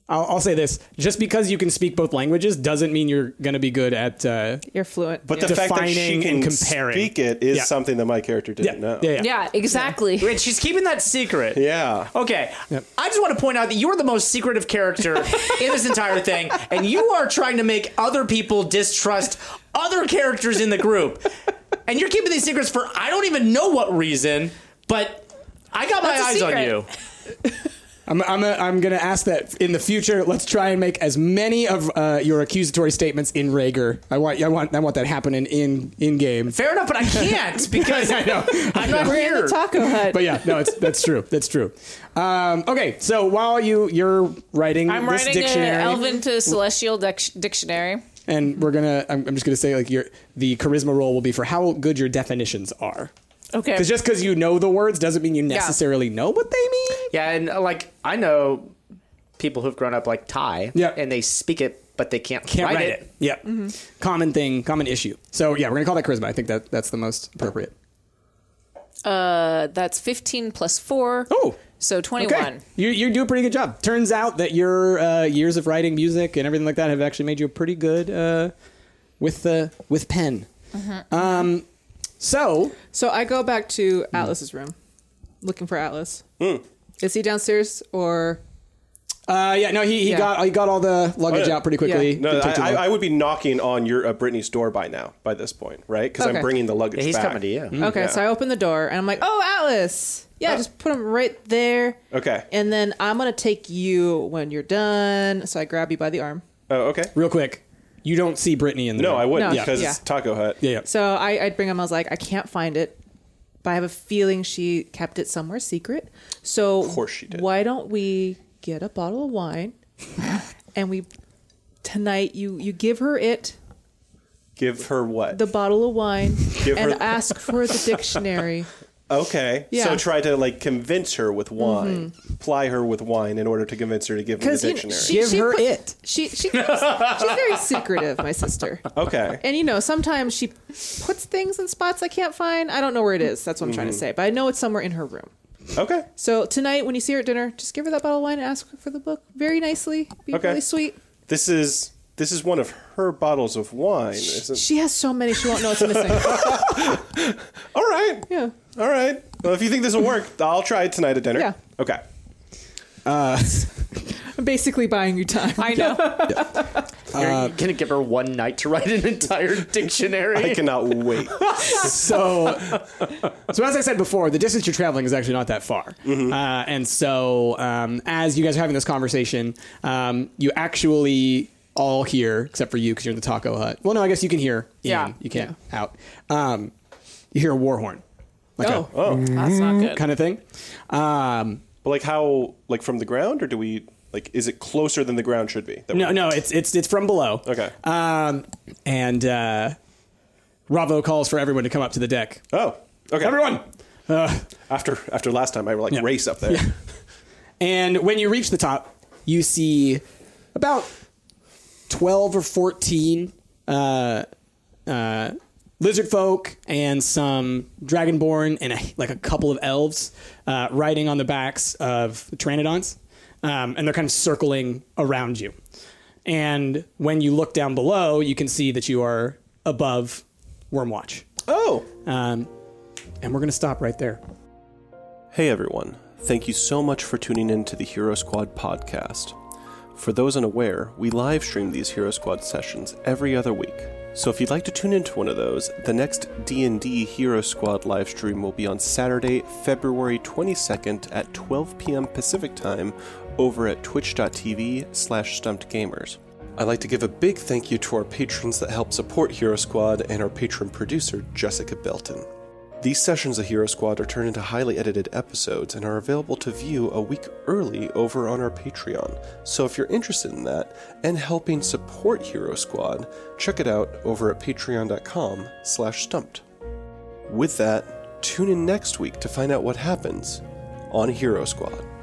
S3: I'll, I'll say this: just because you can speak both languages doesn't mean you're gonna be good at. Uh,
S5: You're fluent.
S2: But the fact that she
S3: Defining
S2: can
S3: and comparing.
S2: speak it is
S3: Yeah.
S2: something that my character didn't know.
S3: yeah, Oh, yeah.
S7: Yeah, exactly.
S6: Wait, she's keeping that secret.
S2: Yeah.
S6: Okay. I just want to point out that you're the most secretive character in this entire thing, and you are trying to make other people distrust other characters in the group. And you're keeping these secrets for I don't even know what reason, but I got
S7: That's a
S6: my eyes on
S7: secret.
S6: you.
S3: I'm, I'm, i I'm going to ask that in the future. Let's try and make as many of uh, your accusatory statements in Rager. I want, I want, I want that happening in in game.
S6: Fair enough, but I can't because I
S3: know.
S6: am not
S5: We're in
S6: here.
S5: the Taco Hut.
S3: But yeah, no, it's that's true. That's true. Um, okay, so while you you're writing
S7: I'm
S3: this
S7: writing an
S3: dictionary,
S7: Elven to Celestial dic- dictionary.
S3: and we're gonna, I'm, I'm just gonna say like your the charisma roll will be for how good your definitions are.
S7: Okay.
S3: Because just because you know the words doesn't mean you necessarily know what they mean.
S6: Yeah, and uh, like I know people who've grown up like Thai,
S3: Yeah.
S6: and they speak it, but they can't,
S3: Can't write, it. Yep.
S7: Mm-hmm.
S3: Common thing, common issue. So yeah, we're gonna call that charisma. I think that that's the most appropriate.
S7: Uh, that's 15 plus 4.
S3: Oh.
S7: So
S3: Okay.
S7: 21.
S3: You you do a pretty good job. Turns out that your uh, years of writing music and everything like that have actually made you a pretty good uh, with the with pen. Um, so
S5: So I go back to Atlas's room, looking for Atlas. Is he downstairs or?
S3: uh, yeah, no, he, he
S5: Yeah.
S3: got he got all the luggage
S2: Oh, yeah.
S3: out pretty quickly.
S5: Yeah.
S2: No,
S3: Didn't
S2: I,
S3: take too
S2: I,
S3: long.
S2: I would be knocking on your uh, Brittany's door by now, by this point, right? Because
S5: Okay.
S2: I'm bringing the luggage
S6: He's
S2: back.
S6: coming to you.
S5: Okay, so I open the door and I'm like, "Oh, Atlas! Yeah, just put him right there."
S2: Okay.
S5: And then I'm gonna take you when you're done. So I grab you by the arm.
S2: Oh, okay.
S3: Real quick, you don't see Brittany in the
S2: No, I wouldn't
S5: No,
S2: because
S5: yeah.
S2: it's Taco Hut.
S3: yeah, yeah.
S5: So I, I'd bring him. I was like, "I can't find it, but I have a feeling she kept it somewhere secret." So of
S2: course she did.
S5: Why don't we get a bottle of wine and we tonight you you give her it
S2: Give her what?
S5: the bottle of wine
S2: Give her
S5: and
S2: the-
S5: ask for the dictionary.
S2: okay.
S5: Yeah. Mm-hmm.
S2: So try to like convince her with wine. Ply her with wine in order to convince her to give me the
S5: Because
S2: dictionary.
S3: Give her it.
S5: She she she's very secretive, my sister.
S2: okay.
S5: And you know, sometimes she puts things in spots I can't find. I don't know where it is. That's what I'm trying to
S2: Mm-hmm.
S5: say. But I know it's somewhere in her room.
S2: Okay.
S5: So tonight, when you see her at dinner, just give her that bottle of wine and ask her for the book very nicely. Be
S2: Okay.
S5: really sweet.
S2: This is this is one of her bottles of wine. Isn't
S5: She has so many she won't know it's missing.
S2: All right.
S5: Yeah.
S2: All right. Well, if you think this will work, I'll try it tonight at dinner.
S5: Yeah.
S2: Okay.
S5: I'm basically buying you time.
S7: I know.
S6: You're gonna give her one night to write an entire dictionary.
S2: I cannot wait.
S3: so, so as I said before, the distance you're traveling is actually not that far. Uh, and so, um, as you guys are having this conversation, um, you actually all hear, except for you because you're in the taco hut. Well, no, I guess you can hear.
S7: Yeah.
S3: you can out. Um, you hear a war horn, like
S5: Oh.
S3: a
S7: That's not good.
S3: kind of thing. Um,
S2: But like how like from the ground or do we like is it closer than the ground should be? That
S3: no,
S2: we-
S3: no, it's it's it's from below.
S2: Okay.
S3: Um, and uh, Ravo calls for everyone to come up to the deck.
S2: oh. Okay.
S3: Everyone, Uh,
S2: After after last time I like
S3: Yeah.
S2: race up there.
S3: And when you reach the top, you see about 12 or 14 uh, uh, lizard folk and some dragonborn and a, like a couple of elves uh, riding on the backs of pteranodons, um, and they're kind of circling around you. And when you look down below, you can see that you are above Wormwatch.
S2: Oh.
S3: Um, and we're going to stop right there.
S2: Hey everyone, thank you so much for tuning in to the Hero Squad podcast. For those unaware, we live stream these Hero Squad sessions every other week. So if you'd like to tune into one of those, the next D&D Hero Squad live stream will be on Saturday, February 22nd at 12 p.m. Pacific Time over at twitch.tv slash stumpedgamers. I'd like to give a big thank you to our patrons that help support Hero Squad and our patron producer, Jessica Belton. These sessions of Hero Squad are turned into highly edited episodes and are available to view a week early over on our Patreon. So if you're interested in that and helping support Hero Squad, check it out over at patreon.com slash stumped. With that, tune in next week to find out what happens on Hero Squad.